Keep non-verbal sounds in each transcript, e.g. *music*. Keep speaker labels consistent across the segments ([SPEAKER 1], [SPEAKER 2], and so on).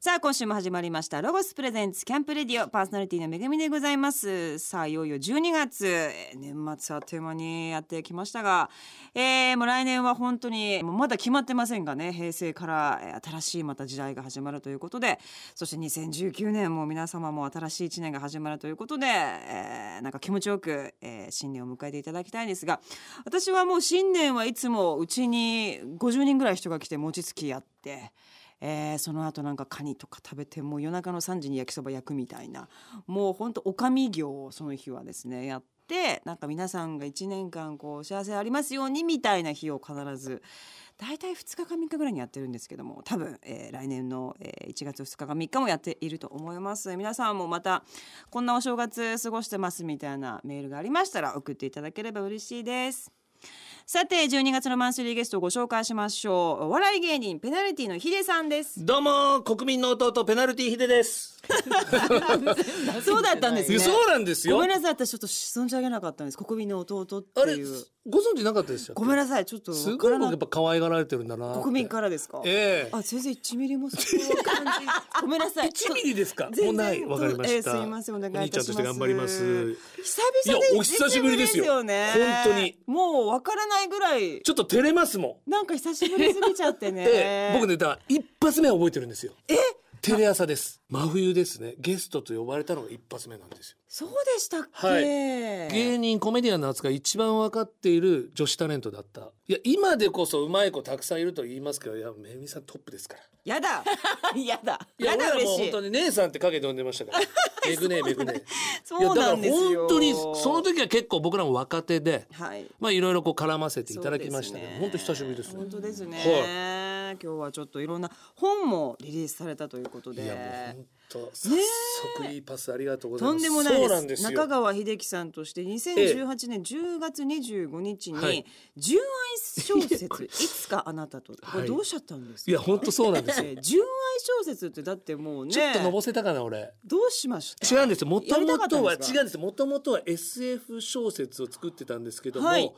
[SPEAKER 1] さあ今週も始まりましたロゴスプレゼンツキャンプレディオパーソナリティのめぐみでございますさあいよいよ12月えー年末あっという間にやってきましたが、えー、もう来年は本当にもうまだ決まってませんがね平成からえー新しいまた時代が始まるということでそして2019年も皆様も新しい1年が始まるということで、えーなんか気持ちよく、えー新年を迎えていただきたいんですが私はもう新年はいつもうちに50人ぐらい人が来て餅つきやって。えーその後なんかカニとか食べてもう夜中の3時に焼きそば焼くみたいなもうほんとおかみ業をその日はですねやってなんか皆さんが1年間こう幸せありますようにみたいな日を必ず大体2日か3日ぐらいにやってるんですけども多分、えー来年の、えー1月2日か3日もやっていると思います皆さんもまたこんなお正月過ごしてますみたいなメールがありましたら送っていただければ嬉しいです。さて12月のマンスリーゲストをご紹介しましょうお笑い芸人ペナルティのヒデさんです
[SPEAKER 2] どうも国民の弟ペナルティヒデです。
[SPEAKER 1] そうだったんです
[SPEAKER 2] い
[SPEAKER 1] ね
[SPEAKER 2] やそうなんですよ。
[SPEAKER 1] ごめん
[SPEAKER 2] あ
[SPEAKER 1] なさい私ちょっと存じ上げなかったんです国民の弟って
[SPEAKER 2] れ
[SPEAKER 1] いう
[SPEAKER 2] ご存知なかったでしたっけ
[SPEAKER 1] ごめんなさいちょっと
[SPEAKER 2] す
[SPEAKER 1] わか
[SPEAKER 2] ごい
[SPEAKER 1] ら
[SPEAKER 2] 僕
[SPEAKER 1] な
[SPEAKER 2] やっぱ可愛がられてるんだなって。
[SPEAKER 1] 国民からですか
[SPEAKER 2] ええ
[SPEAKER 1] あ先生1ミリもそこは感じ
[SPEAKER 2] *laughs*
[SPEAKER 1] ごめんなさい
[SPEAKER 2] 1ミリですか。
[SPEAKER 1] 全然
[SPEAKER 2] もうないわかりました。
[SPEAKER 1] ええすいませんお願いいたします
[SPEAKER 2] お兄ちゃんとして頑張ります。
[SPEAKER 1] 久々で
[SPEAKER 2] いやお久しぶりですよ
[SPEAKER 1] 久しぶりね
[SPEAKER 2] 本当に
[SPEAKER 1] もうわからないぐらい
[SPEAKER 2] ちょっと照れますも
[SPEAKER 1] なんか久しぶりすぎちゃって
[SPEAKER 2] ん。
[SPEAKER 1] ね、
[SPEAKER 2] え *laughs* え僕ねだから一発目は覚えてるんですよ。えテレ朝です。真冬ですね。ゲストと呼ばれたのが一発目なんですよ。
[SPEAKER 1] そうでしたっけ、
[SPEAKER 2] はい
[SPEAKER 1] 芸
[SPEAKER 2] 芸人コメディアンの扱い一番分かっている女子タレントだったいや今でこそ上手い子たくさんいると言いますけどいやめぐみさんトップですから
[SPEAKER 1] やだ *laughs* やだ
[SPEAKER 2] いや
[SPEAKER 1] やだ
[SPEAKER 2] 俺ら
[SPEAKER 1] 嬉
[SPEAKER 2] もう
[SPEAKER 1] し
[SPEAKER 2] 本
[SPEAKER 1] い
[SPEAKER 2] 当に姉さんって影で呼んでました
[SPEAKER 1] *laughs*
[SPEAKER 2] からめぐねめぐねいや
[SPEAKER 1] そう
[SPEAKER 2] だか
[SPEAKER 1] な
[SPEAKER 2] ら
[SPEAKER 1] んですよ
[SPEAKER 2] 本当にその時は結構僕らも若手で
[SPEAKER 1] はい
[SPEAKER 2] まあいろいろこう絡ませていただきましたけど、本当久しぶりですね
[SPEAKER 1] 本当ですね、
[SPEAKER 2] は
[SPEAKER 1] 今日はちょっといろんな本もリリースされたということ
[SPEAKER 2] い、いやもう
[SPEAKER 1] で
[SPEAKER 2] 本当早速いいパスありがとうござい
[SPEAKER 1] と
[SPEAKER 2] ま
[SPEAKER 1] ん
[SPEAKER 2] す
[SPEAKER 1] でもない
[SPEAKER 2] そ
[SPEAKER 1] で
[SPEAKER 2] うな
[SPEAKER 1] す
[SPEAKER 2] んです
[SPEAKER 1] 中
[SPEAKER 2] よ
[SPEAKER 1] 川秀樹さんとして2018年10月25日
[SPEAKER 2] は
[SPEAKER 1] に
[SPEAKER 2] い
[SPEAKER 1] 「純愛小
[SPEAKER 2] *laughs*
[SPEAKER 1] 説いつかあなたと」これどうしちゃったんですか、
[SPEAKER 2] いや本当そうな
[SPEAKER 1] *laughs*
[SPEAKER 2] んですよ
[SPEAKER 1] えー純愛小説ってだってもうね
[SPEAKER 2] ちょっとのぼせたかな俺
[SPEAKER 1] どうしました
[SPEAKER 2] 違うんですもと
[SPEAKER 1] やりた
[SPEAKER 2] も
[SPEAKER 1] かった
[SPEAKER 2] と
[SPEAKER 1] ん
[SPEAKER 2] は違
[SPEAKER 1] で
[SPEAKER 2] う
[SPEAKER 1] す
[SPEAKER 2] ん
[SPEAKER 1] か
[SPEAKER 2] ですもともとは SF 小説を作ってたんですけども、
[SPEAKER 1] はい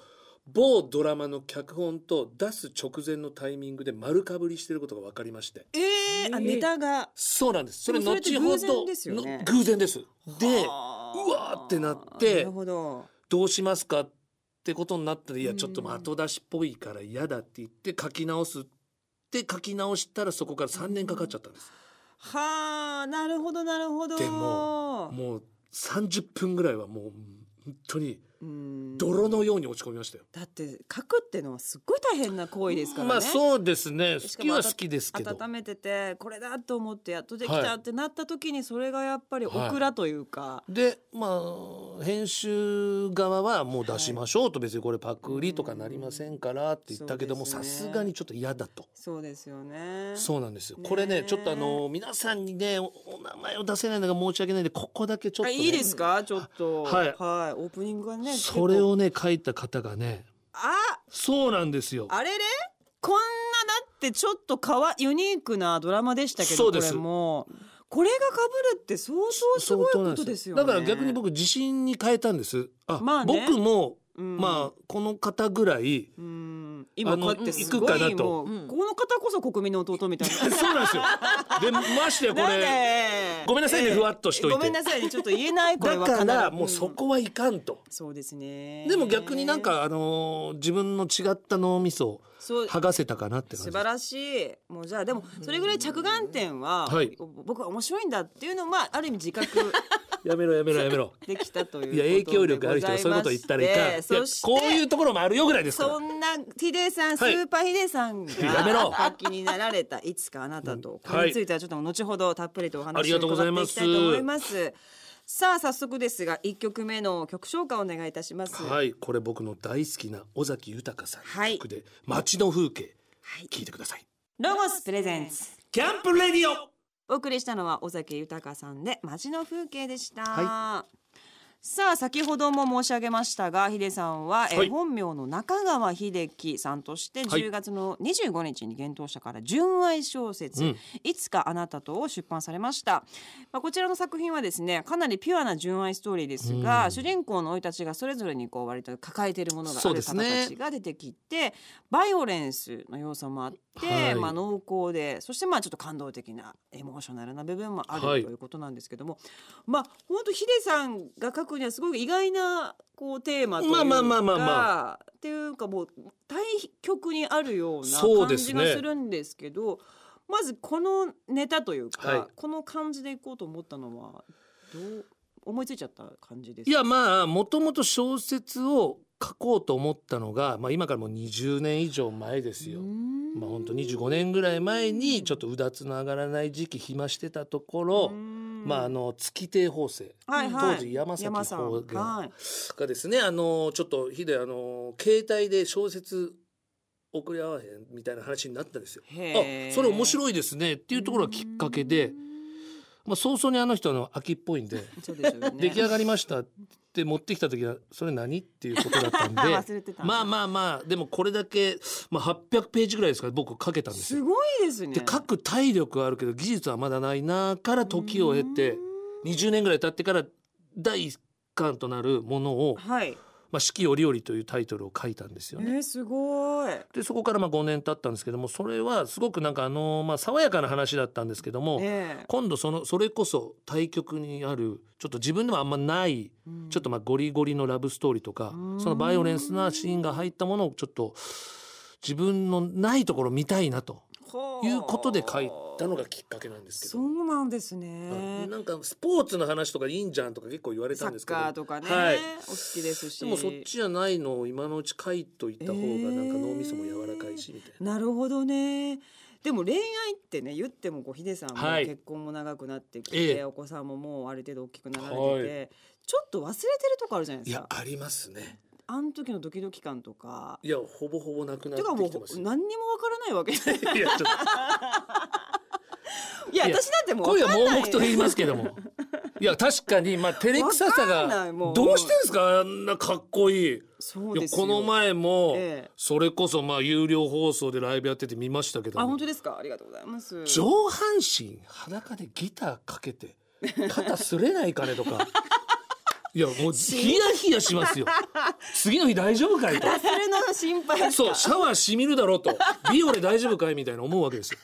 [SPEAKER 2] 某ドラマの脚本と出す直前のタイミングで丸かぶりしてることが分かりまして
[SPEAKER 1] えー、あネタが
[SPEAKER 2] そうなんですそれ
[SPEAKER 1] でもそ
[SPEAKER 2] 後
[SPEAKER 1] れって
[SPEAKER 2] ほ
[SPEAKER 1] 偶然
[SPEAKER 2] ど
[SPEAKER 1] ですよね
[SPEAKER 2] の偶然ですで
[SPEAKER 1] は
[SPEAKER 2] う
[SPEAKER 1] あ
[SPEAKER 2] わーってなっ
[SPEAKER 1] な
[SPEAKER 2] て
[SPEAKER 1] るほど
[SPEAKER 2] どうしますかってことになったらいや
[SPEAKER 1] うん
[SPEAKER 2] ちょっと後出しっぽいから嫌だって言って書き直すって書き直したらそこから3年かかっちゃったんです
[SPEAKER 1] はあなるほどなるほど
[SPEAKER 2] でももう30分ぐらいはもう本当に
[SPEAKER 1] うん
[SPEAKER 2] 泥のように落ち込みましたよ
[SPEAKER 1] だって書くってのはすっごい大変な行為ですからね。
[SPEAKER 2] まあそうですね好
[SPEAKER 1] しか
[SPEAKER 2] き
[SPEAKER 1] も
[SPEAKER 2] は好きですけど
[SPEAKER 1] 温めててこれだと思ってやっとでき
[SPEAKER 2] は
[SPEAKER 1] た
[SPEAKER 2] い
[SPEAKER 1] ってなった時にそれがやっぱりオクラというか、
[SPEAKER 2] でまあ編集側はもう出しましょうと別にこれパクリとかなりませんからって言ったけども
[SPEAKER 1] そう
[SPEAKER 2] さ
[SPEAKER 1] ですね
[SPEAKER 2] すがにちょっと嫌だと。
[SPEAKER 1] そうですよね。
[SPEAKER 2] そうなんですよ
[SPEAKER 1] ねえ
[SPEAKER 2] これねちょっとあの皆さんにねおお名前を出せないのが申し訳ないんでここだけちょっ
[SPEAKER 1] あ
[SPEAKER 2] と、ね、
[SPEAKER 1] いいですかちょっと
[SPEAKER 2] はい
[SPEAKER 1] オープニングがね
[SPEAKER 2] それをね書いた方が
[SPEAKER 1] 結
[SPEAKER 2] ね
[SPEAKER 1] 構あ
[SPEAKER 2] そうなんですよ
[SPEAKER 1] あれれこんなだってちょっとかわユニークなドラマでしたけど
[SPEAKER 2] そう
[SPEAKER 1] こ
[SPEAKER 2] です
[SPEAKER 1] れもこれが被るって相当すごい
[SPEAKER 2] 相当な
[SPEAKER 1] こ
[SPEAKER 2] ん
[SPEAKER 1] とですよね。
[SPEAKER 2] だから逆に、僕自信に変えたんですあ、
[SPEAKER 1] まあね
[SPEAKER 2] 僕も、
[SPEAKER 1] うん
[SPEAKER 2] まあこの方ぐらい
[SPEAKER 1] うん今
[SPEAKER 2] あ
[SPEAKER 1] こ
[SPEAKER 2] の
[SPEAKER 1] うやってすご
[SPEAKER 2] 行くか
[SPEAKER 1] い
[SPEAKER 2] なと
[SPEAKER 1] もう、
[SPEAKER 3] うん
[SPEAKER 1] この方こそ国民の弟み
[SPEAKER 2] *laughs*
[SPEAKER 1] たいな。
[SPEAKER 2] そうなんですよ。で、ましてやこ
[SPEAKER 1] なん
[SPEAKER 2] れ、
[SPEAKER 1] で
[SPEAKER 2] ごめんなさいねふわっとしといて
[SPEAKER 1] ごめんなさいねちょっと言えないこれ
[SPEAKER 2] だ
[SPEAKER 1] は
[SPEAKER 2] から
[SPEAKER 1] 必ず
[SPEAKER 2] もうそこはいかんと。
[SPEAKER 1] そうですね
[SPEAKER 2] でも逆になんかあのー自分の違った脳みそを
[SPEAKER 1] そう
[SPEAKER 2] 剥がせたかなって
[SPEAKER 1] 素
[SPEAKER 2] 感
[SPEAKER 1] 晴
[SPEAKER 2] じ。
[SPEAKER 1] らしいもうじゃあでもそれぐらい着眼点は、
[SPEAKER 2] はい
[SPEAKER 1] 僕は面白いんだっていうのはある意味自覚
[SPEAKER 2] やめろやめろやめろ。
[SPEAKER 1] できたという
[SPEAKER 2] いや影響力ある人がそういうこと言ったらいかん。いや
[SPEAKER 1] でそして
[SPEAKER 2] こういうところもあるよぐらいですから。
[SPEAKER 1] そんなヒデさん、
[SPEAKER 2] はい
[SPEAKER 1] スーパーヒデさんが
[SPEAKER 2] *laughs* やめろ
[SPEAKER 1] お書きになられた「いつかあなたと」
[SPEAKER 2] うん
[SPEAKER 1] これについてはちょっと後ほどたっぷりとお
[SPEAKER 2] あり
[SPEAKER 1] 話を
[SPEAKER 2] がとうござい
[SPEAKER 1] 伺って
[SPEAKER 2] ま
[SPEAKER 1] いき
[SPEAKER 2] す
[SPEAKER 1] たいと思います。さあ早速ですが1曲目の曲紹介をお願いいたします。はい、
[SPEAKER 2] はい、これ僕の大好きな尾崎豊さん
[SPEAKER 1] はい
[SPEAKER 2] の曲で街の風景聞いてください。
[SPEAKER 1] ロゴスプレゼンツ
[SPEAKER 2] キャンプレディオ。
[SPEAKER 1] お送りしたのは尾崎豊さんで街の風景でした、
[SPEAKER 2] は
[SPEAKER 1] さあ先ほども申し上げましたがヒデさんは、えー
[SPEAKER 2] はい
[SPEAKER 1] 本名の中川秀樹さんとして
[SPEAKER 2] はい
[SPEAKER 1] 10月の25日に幻冬舎から純愛小説、
[SPEAKER 2] うん
[SPEAKER 1] いつかあなたとを出版されました、まあ、こちらの作品はですねかなりピュアな純愛ストーリーですが、
[SPEAKER 2] うん
[SPEAKER 1] 主人公の生い立ちがそれぞれにこう割と抱えているものがあ
[SPEAKER 2] そう
[SPEAKER 1] る
[SPEAKER 2] で
[SPEAKER 1] 方
[SPEAKER 2] すね
[SPEAKER 1] たちが出てきて、バイオレンスの要素もあってって、
[SPEAKER 2] はい
[SPEAKER 1] まあ、濃厚でそしてまあちょっと感動的なエモーショナルな部分もある、
[SPEAKER 2] はい
[SPEAKER 1] ということなんですけどもまあ本当ヒデさんが書くにはすごく意外なこうテーマというか
[SPEAKER 2] まあまあまあまあ
[SPEAKER 1] っていうかもう対極にあるよう
[SPEAKER 2] そ
[SPEAKER 1] な
[SPEAKER 2] うで
[SPEAKER 1] 感
[SPEAKER 2] す
[SPEAKER 1] じ
[SPEAKER 2] ね
[SPEAKER 1] がするんですけどまずこのネタというか、
[SPEAKER 2] はい
[SPEAKER 1] この感じでいこうと思ったのはどう思いついちゃった感じですか
[SPEAKER 2] いやまあもともと小説を書こうと思ったのが、まあ、今からもう20年以上前ですよ。まあ本当25年ぐらい前にちょっとうだつの上がらない時期暇してたところ、まああの月亭法政
[SPEAKER 1] はいはい、
[SPEAKER 2] 当時山崎
[SPEAKER 1] 山さん
[SPEAKER 2] 方言
[SPEAKER 1] はい
[SPEAKER 2] がですねあのちょっとヒデあの携帯で小説送り合わへんみたいな話になったんですよ。あそれ面
[SPEAKER 1] いっ
[SPEAKER 2] 白いですねっていうところがきっかけで、まあ、早々にあの人あの秋っぽいんで
[SPEAKER 1] そうですよね
[SPEAKER 2] 出来上がりましたって持ってきた時はそれ何っていうことだったんで
[SPEAKER 1] *laughs* 忘れてた
[SPEAKER 2] まあまあまあでもこれだけ、まあ、800ページぐらいですから僕書けたんです
[SPEAKER 1] す
[SPEAKER 2] よ。
[SPEAKER 1] ごいですね
[SPEAKER 2] で書く体力はあるけど技術はまだないなから時を経て20年ぐらい経ってから第一巻となるものを
[SPEAKER 1] はい
[SPEAKER 2] 「まあ、四季折々」というタイトルを書いたんです
[SPEAKER 1] え
[SPEAKER 2] よね。
[SPEAKER 1] ー、すごい
[SPEAKER 2] でそこからまあ5年経ったんですけどもそれはすごくなんかあのまあ爽やかな話だったんですけども
[SPEAKER 1] え
[SPEAKER 2] 今度そのそれこそ対局にあるちょっと自分でもあんまない
[SPEAKER 1] え
[SPEAKER 2] ちょっとまあゴリゴリのラブストーリーとか
[SPEAKER 1] うん
[SPEAKER 2] そのバイオレンスなシーンが入ったものをちょっと自分のないところ見たいなと
[SPEAKER 1] と
[SPEAKER 2] いうことで書いたのがきっかけなんですけ
[SPEAKER 1] そ
[SPEAKER 2] ど。
[SPEAKER 1] うなんですね
[SPEAKER 2] なんかスポーツの話とかいいんじゃんとか結構言われ
[SPEAKER 1] サ
[SPEAKER 2] たんです
[SPEAKER 1] ッ
[SPEAKER 2] けど
[SPEAKER 1] カーとかね、
[SPEAKER 2] はい、
[SPEAKER 1] お好きですし
[SPEAKER 2] でもそっちじゃないのを今のうち書いといた方がなんか脳みそも柔らかいしみたいな。
[SPEAKER 1] なるほどねでも恋愛ってね言ってもこうヒデさんも
[SPEAKER 2] はい
[SPEAKER 1] 結婚も長くなってきて、
[SPEAKER 2] ええ
[SPEAKER 1] お子さんももうある程度大きくなられてて、
[SPEAKER 2] は
[SPEAKER 1] ちょっと忘れてるとこあるじゃない
[SPEAKER 2] い
[SPEAKER 1] です
[SPEAKER 2] や
[SPEAKER 1] か
[SPEAKER 2] ありますね。
[SPEAKER 1] あの時のドキドキ感とか
[SPEAKER 2] いやほぼほぼなくなって
[SPEAKER 1] かもう
[SPEAKER 2] てきてます。
[SPEAKER 1] 何にもわからないわけい
[SPEAKER 2] いやちょっ
[SPEAKER 1] や
[SPEAKER 2] いや
[SPEAKER 1] 私だっても
[SPEAKER 2] と
[SPEAKER 1] うわ
[SPEAKER 2] 声
[SPEAKER 1] かん
[SPEAKER 2] は
[SPEAKER 1] ない
[SPEAKER 2] 盲目と言いますけども。いや確かにまあ照れくささ
[SPEAKER 1] わかんない
[SPEAKER 2] が
[SPEAKER 1] もう
[SPEAKER 2] どうしてんですかあんなかっこいい。
[SPEAKER 1] そう
[SPEAKER 2] い
[SPEAKER 1] で
[SPEAKER 2] や
[SPEAKER 1] すよ
[SPEAKER 2] この前も
[SPEAKER 1] ええ
[SPEAKER 2] それこそまあ有料放送でライブやってて見ましたけども
[SPEAKER 1] あ本当ですかありがとうございます
[SPEAKER 2] 上半身裸でギターか
[SPEAKER 1] *laughs*
[SPEAKER 2] けて肩すれないかねとかいやもうヒヤヒヤしま
[SPEAKER 1] *laughs*
[SPEAKER 2] すよ次の日大丈夫かいと
[SPEAKER 1] それの心配です
[SPEAKER 2] そ
[SPEAKER 1] か
[SPEAKER 2] うシャワーしみるだろうとビオレ大丈夫かいみたいな思うわ
[SPEAKER 1] *laughs*
[SPEAKER 2] けですよ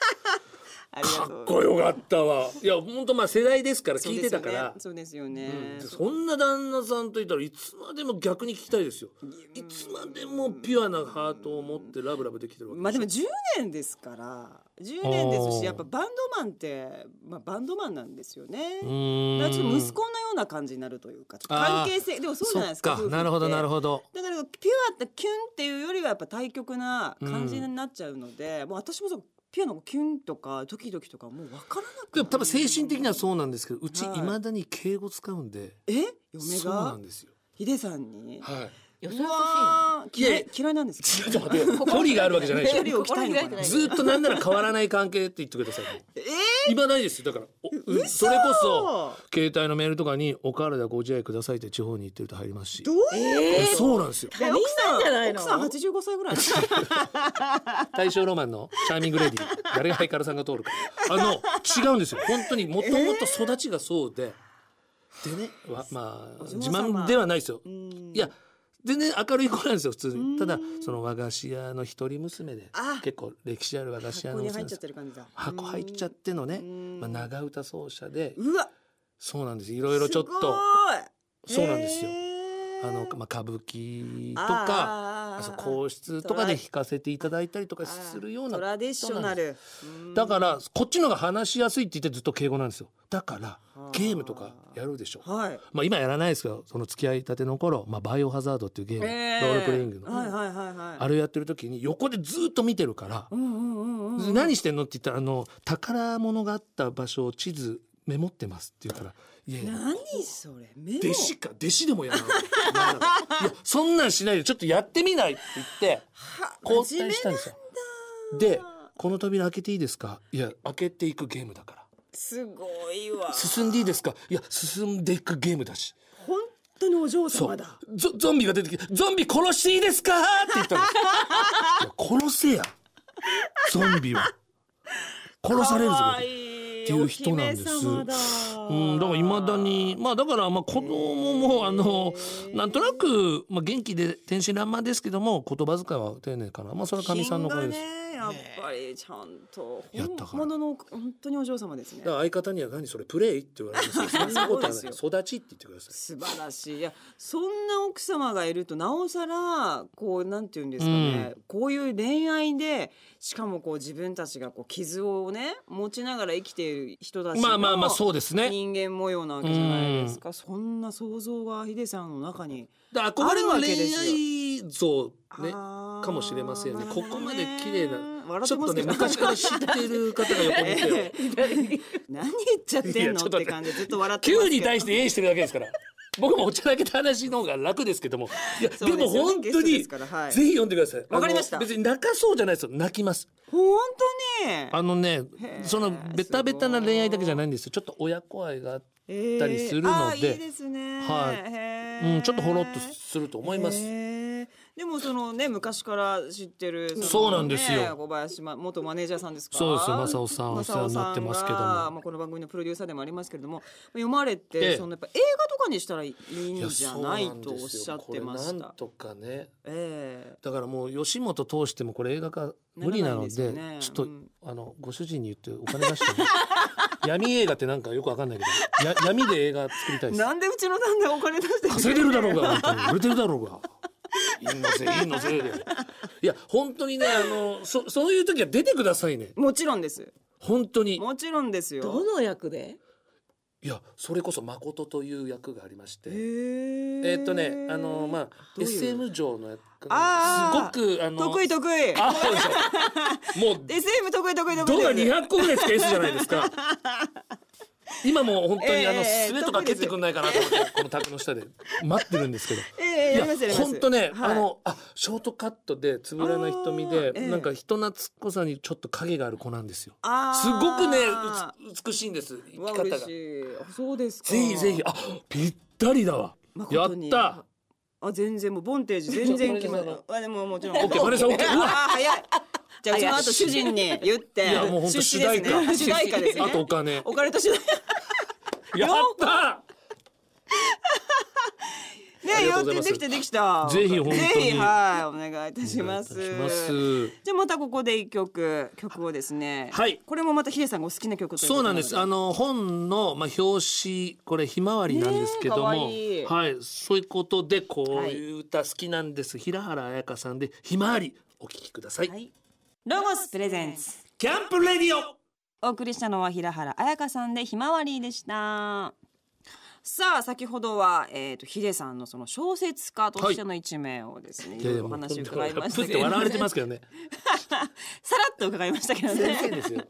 [SPEAKER 1] ありが
[SPEAKER 2] か
[SPEAKER 1] とう
[SPEAKER 2] っこよかったわいや本当まあ世代ですから
[SPEAKER 1] そう
[SPEAKER 2] 聞い
[SPEAKER 1] で
[SPEAKER 2] て
[SPEAKER 1] すよ
[SPEAKER 2] た
[SPEAKER 1] ね
[SPEAKER 2] から
[SPEAKER 1] そうですよね、
[SPEAKER 2] そんな旦那さんといたらいつまでも逆に聞きたいですよいつまでもピュアなハートを持ってラブラブできてるわけ
[SPEAKER 1] まあでも
[SPEAKER 2] す
[SPEAKER 1] 10年ですから10年です
[SPEAKER 2] あー
[SPEAKER 1] しやっぱバンドマンって、まあ、バンドマンなんですよね。
[SPEAKER 2] うーん
[SPEAKER 1] だからちょっと息子のような感じになるというかちょっと
[SPEAKER 2] あー
[SPEAKER 1] 関係性でもそうじゃないですか。
[SPEAKER 2] そっかなるほどなる
[SPEAKER 1] ほ
[SPEAKER 2] ほど
[SPEAKER 1] ど。だからピュアってキュンっていうよりはやっぱ対極な感じになっちゃうので、もう私もそうピュアのキュンとかドキドキとかもう分からなく
[SPEAKER 2] でも多分精神的には
[SPEAKER 1] う
[SPEAKER 2] そうなんですけどうち
[SPEAKER 1] はい
[SPEAKER 2] いまだに敬語使うんで、
[SPEAKER 1] え嫁
[SPEAKER 2] そうな
[SPEAKER 1] が
[SPEAKER 2] んですよ
[SPEAKER 1] ヒデさんに、
[SPEAKER 2] は
[SPEAKER 3] よ
[SPEAKER 1] う
[SPEAKER 3] そよ
[SPEAKER 1] わー
[SPEAKER 2] いやい
[SPEAKER 1] 嫌
[SPEAKER 2] や
[SPEAKER 1] い嫌いなんです
[SPEAKER 2] いちょ
[SPEAKER 1] か
[SPEAKER 2] *laughs* っと待って距離があるわけじゃないでし
[SPEAKER 1] 距
[SPEAKER 2] ょ
[SPEAKER 1] 離を置きたいのかな
[SPEAKER 3] 心開いてない
[SPEAKER 2] ずっとなんなら変わらない関係って言ってくださいね
[SPEAKER 1] え
[SPEAKER 2] いまだにですよだからお
[SPEAKER 1] ー、
[SPEAKER 2] うそれこそ携帯のメールとかに「お体ご自愛ください」って地方に行ってると入りますし
[SPEAKER 1] どういう
[SPEAKER 3] えー
[SPEAKER 2] そうなんですよ
[SPEAKER 3] 他人なんじゃないの
[SPEAKER 1] 奥さん八十五歳ぐらい。
[SPEAKER 2] 大正ロマンのチャーミングレディー誰がハイカラさんが通るかあの違うんですよ本当にもともと育ちがそうで、でねわまあ
[SPEAKER 1] お嬢様
[SPEAKER 2] 自慢ではないですよ
[SPEAKER 1] うん
[SPEAKER 2] *laughs* いや全然明るい子なんですよ普通
[SPEAKER 1] うん
[SPEAKER 2] にただその和菓子屋の一人娘で
[SPEAKER 1] あ
[SPEAKER 2] 結構歴史ある和菓子屋
[SPEAKER 1] 箱
[SPEAKER 2] の
[SPEAKER 1] に
[SPEAKER 2] 娘
[SPEAKER 1] 入っ
[SPEAKER 2] なんで
[SPEAKER 1] ちゃ
[SPEAKER 2] す
[SPEAKER 1] ってる感じだ。
[SPEAKER 2] 箱入っちゃっ
[SPEAKER 1] う
[SPEAKER 2] てのね、
[SPEAKER 1] ん
[SPEAKER 2] まあ、長唄奏者で
[SPEAKER 1] うわ。
[SPEAKER 2] そうなんですい
[SPEAKER 1] い
[SPEAKER 2] ろいろちょっとそうなんですよあの、まあ、歌舞伎とか
[SPEAKER 1] あー
[SPEAKER 2] そう皇室とかで弾かせていただいたりとかするような
[SPEAKER 1] トラディショナル。
[SPEAKER 2] だからこっちのが話しやすいって言ってずっと敬語なんですよだから
[SPEAKER 1] はあ
[SPEAKER 2] ゲームとかやるでしょ
[SPEAKER 1] らはい。
[SPEAKER 2] まあ今やらないですけどその付き合いたての頃、まあ、バイオハザードっていうゲーム、
[SPEAKER 1] え
[SPEAKER 2] ロールプレイングの、
[SPEAKER 1] はいはいはいはい。
[SPEAKER 2] あれをやってる時に横でずっと見てるから
[SPEAKER 1] う、んうんうんうん。
[SPEAKER 2] 何してんのって言ったらあの宝物があった場所を地図メモってますって言うからいやいや
[SPEAKER 1] 何それメモ。
[SPEAKER 2] 弟子か弟子でもやら *laughs* ないやらないいやそんなんしないでちょっとやってみないって言って
[SPEAKER 1] は
[SPEAKER 2] 交代したんですよでこの扉開けていいですかいや開けていくゲームだから
[SPEAKER 1] すごいわ。
[SPEAKER 2] 進んでいいですかいや進んでいくゲームだし
[SPEAKER 1] 本当にお嬢
[SPEAKER 2] そ
[SPEAKER 1] 様
[SPEAKER 2] う
[SPEAKER 1] だ。
[SPEAKER 2] ゾゾンビが出てきて「ゾンビ殺していいですか?」って言ったんですよいや *laughs* 殺せやゾンビは殺されるぞ
[SPEAKER 1] 可愛
[SPEAKER 2] っていう人なんです
[SPEAKER 1] お姫様だ
[SPEAKER 2] うん、だからいまだにまあだからまあ子供もあのなんとなく、まあ、元気で天真爛漫ですけども言葉遣いは丁寧かなまあそれはかみさんのおかげです、
[SPEAKER 1] 品がねやっぱりちゃんと、
[SPEAKER 2] えやったから
[SPEAKER 1] 本物の本当にお嬢様ですね
[SPEAKER 2] だから相方には何それプレイって言われますよ。 *laughs* そんなことはない。
[SPEAKER 1] そうです
[SPEAKER 2] 育ちって言ってください。
[SPEAKER 1] 素晴らしいいやそんな奥様がいるとなおさらこうなんていうんですかね、こういう恋愛でしかもこう自分たちがこう傷をね持ちながら生きている人たちの
[SPEAKER 2] まあまあまあそうですね。
[SPEAKER 1] 人間模様なわけじゃないですか、そんな想像がヒデさんの中に、
[SPEAKER 2] だから憧れの恋愛像ね。
[SPEAKER 1] あー
[SPEAKER 2] かもしれませんね
[SPEAKER 1] なるほど
[SPEAKER 2] ここまで綺麗な
[SPEAKER 1] 笑っ
[SPEAKER 2] ち
[SPEAKER 1] て
[SPEAKER 2] ょっ
[SPEAKER 1] ます
[SPEAKER 2] とね
[SPEAKER 1] けど
[SPEAKER 2] 昔から知っている方が横にいてよ
[SPEAKER 1] *laughs* 何言っちゃってんのって感じでずっと笑ってます
[SPEAKER 2] 9
[SPEAKER 1] けど
[SPEAKER 2] に対して演してるだけですから。 *laughs* 僕もおちゃらけた話の方が楽ですけども。いや、
[SPEAKER 1] そう
[SPEAKER 2] です
[SPEAKER 1] よね
[SPEAKER 2] も本
[SPEAKER 1] ゲ
[SPEAKER 2] 当
[SPEAKER 1] ストで
[SPEAKER 2] に、
[SPEAKER 1] すからはい
[SPEAKER 2] ぜひ読んでください。
[SPEAKER 1] わかりました
[SPEAKER 2] あの別に泣かそうじゃないですよ。泣きます。
[SPEAKER 1] 本当に
[SPEAKER 2] あのね
[SPEAKER 1] へ、ー
[SPEAKER 2] そのベタベタな恋愛だけじゃないんですよ。ちょっと親子愛があって、たりするので
[SPEAKER 1] えーあーいいですね
[SPEAKER 2] はい
[SPEAKER 1] へ
[SPEAKER 2] う
[SPEAKER 1] ー
[SPEAKER 2] ん、ちょっとほろっとすると思います。
[SPEAKER 1] へーでもそのね昔から知ってるの
[SPEAKER 2] そうなんですよ
[SPEAKER 1] ね小林ま元マネージャーさんですか
[SPEAKER 2] そうですよ正雄さんお世
[SPEAKER 1] 正
[SPEAKER 2] 話
[SPEAKER 1] 雄
[SPEAKER 2] になってますけども
[SPEAKER 1] さんがまあこの番組のプロデューサーでもありますけれども読まれて、
[SPEAKER 2] ええ
[SPEAKER 1] そのやっぱ映画とかにしたらいいんじゃないとおっしゃってま
[SPEAKER 2] そ
[SPEAKER 1] し
[SPEAKER 2] うなんですよこれな
[SPEAKER 1] た
[SPEAKER 2] んとかね
[SPEAKER 1] ええ
[SPEAKER 2] だからもう吉本通してもこれ映画化無理なの
[SPEAKER 1] な
[SPEAKER 2] で
[SPEAKER 1] らないです
[SPEAKER 2] ちょ
[SPEAKER 1] よね
[SPEAKER 2] っと、
[SPEAKER 1] うん
[SPEAKER 2] あのご主人に言ってお金出して、ね、闇映画ってなんかよくわかんないけどや闇で映画作りたいです
[SPEAKER 1] なんでうちの旦那お金出してくれ
[SPEAKER 2] 稼いでるだろうが本当に売れてるだろうがいいのせいいいのせいでいや本当にねあのそそういう時は出てくださいね
[SPEAKER 1] もちろんです
[SPEAKER 2] 本当に
[SPEAKER 1] もちろんです
[SPEAKER 3] ど
[SPEAKER 1] よ
[SPEAKER 3] の役で
[SPEAKER 2] いやそれこそ誠という役がありまして
[SPEAKER 1] え
[SPEAKER 2] えーっとねあのまあ
[SPEAKER 1] どういう
[SPEAKER 2] SM 上の役
[SPEAKER 1] あ
[SPEAKER 2] すごくあの
[SPEAKER 1] 得意得意
[SPEAKER 2] あそうでし
[SPEAKER 1] *laughs*
[SPEAKER 2] ょもう
[SPEAKER 1] SM 得意得意得意
[SPEAKER 2] どが
[SPEAKER 1] 得意
[SPEAKER 2] 200個ぐらいつけ S じゃないです
[SPEAKER 1] *laughs*
[SPEAKER 2] か。今もう本当に、
[SPEAKER 1] ええ
[SPEAKER 2] あの
[SPEAKER 1] ええ
[SPEAKER 2] すねとか蹴ってくんないかなと思って、この卓の下で待ってるんですけど。
[SPEAKER 1] *laughs* ええやりますやります
[SPEAKER 2] 本当ね、
[SPEAKER 1] はい
[SPEAKER 2] あのあショートカットでつぶらな瞳で、
[SPEAKER 1] あーええ
[SPEAKER 2] なんか人懐っこさにちょっと影がある子なんですよ。
[SPEAKER 1] あー
[SPEAKER 2] すごくねうつ美しいんです生き
[SPEAKER 1] うわ
[SPEAKER 2] 方が。
[SPEAKER 1] 嬉し
[SPEAKER 2] ぜ
[SPEAKER 1] いあそうですか
[SPEAKER 2] ひぜひあぴったりだわ。や
[SPEAKER 1] 誠
[SPEAKER 2] っ
[SPEAKER 1] に
[SPEAKER 2] た。
[SPEAKER 1] あ全然もうボンテージ全然決ま
[SPEAKER 2] ちょっ
[SPEAKER 1] るあでももちろん
[SPEAKER 2] オッケーマネさんオッケーうわ
[SPEAKER 1] あ早いじゃあうちの後主人に言って
[SPEAKER 2] いやもう本当主題
[SPEAKER 1] 出資です
[SPEAKER 2] 歌。
[SPEAKER 1] ね主題歌ですね
[SPEAKER 2] あとお金。
[SPEAKER 1] お金と主題
[SPEAKER 2] やった。あ
[SPEAKER 1] ね
[SPEAKER 2] り
[SPEAKER 1] や
[SPEAKER 2] がと
[SPEAKER 1] っ
[SPEAKER 2] うござ
[SPEAKER 1] て
[SPEAKER 2] います
[SPEAKER 1] できてできた
[SPEAKER 2] ぜひ本当に
[SPEAKER 1] ぜひはいお願いいたします
[SPEAKER 2] お願いいたします
[SPEAKER 1] じゃあまたここで一曲曲をですね
[SPEAKER 2] はい
[SPEAKER 1] これもまたヒデさんがお好きな曲といこ
[SPEAKER 2] そう
[SPEAKER 1] と
[SPEAKER 2] なんです。あの本のまあ表紙これひまわりなんですけども、
[SPEAKER 1] ねえかわいい
[SPEAKER 2] はい、そういうことでこういう歌好きなんです。平原綾香さんでひまわりお聞きください。
[SPEAKER 1] はいロゴスプレゼンツ
[SPEAKER 2] キャンプレディオ。
[SPEAKER 1] お送りしたのは平原彩香さんでひまわりでしたさあ先ほどは、えー、とヒデさんのその小説家としての一面をですね、い、ろいろお話を伺いましたけ
[SPEAKER 2] プって
[SPEAKER 1] ど
[SPEAKER 2] 笑われてますけどね。
[SPEAKER 1] *laughs* さらっと伺いましたけど
[SPEAKER 2] 先生
[SPEAKER 1] ね
[SPEAKER 2] ですよ。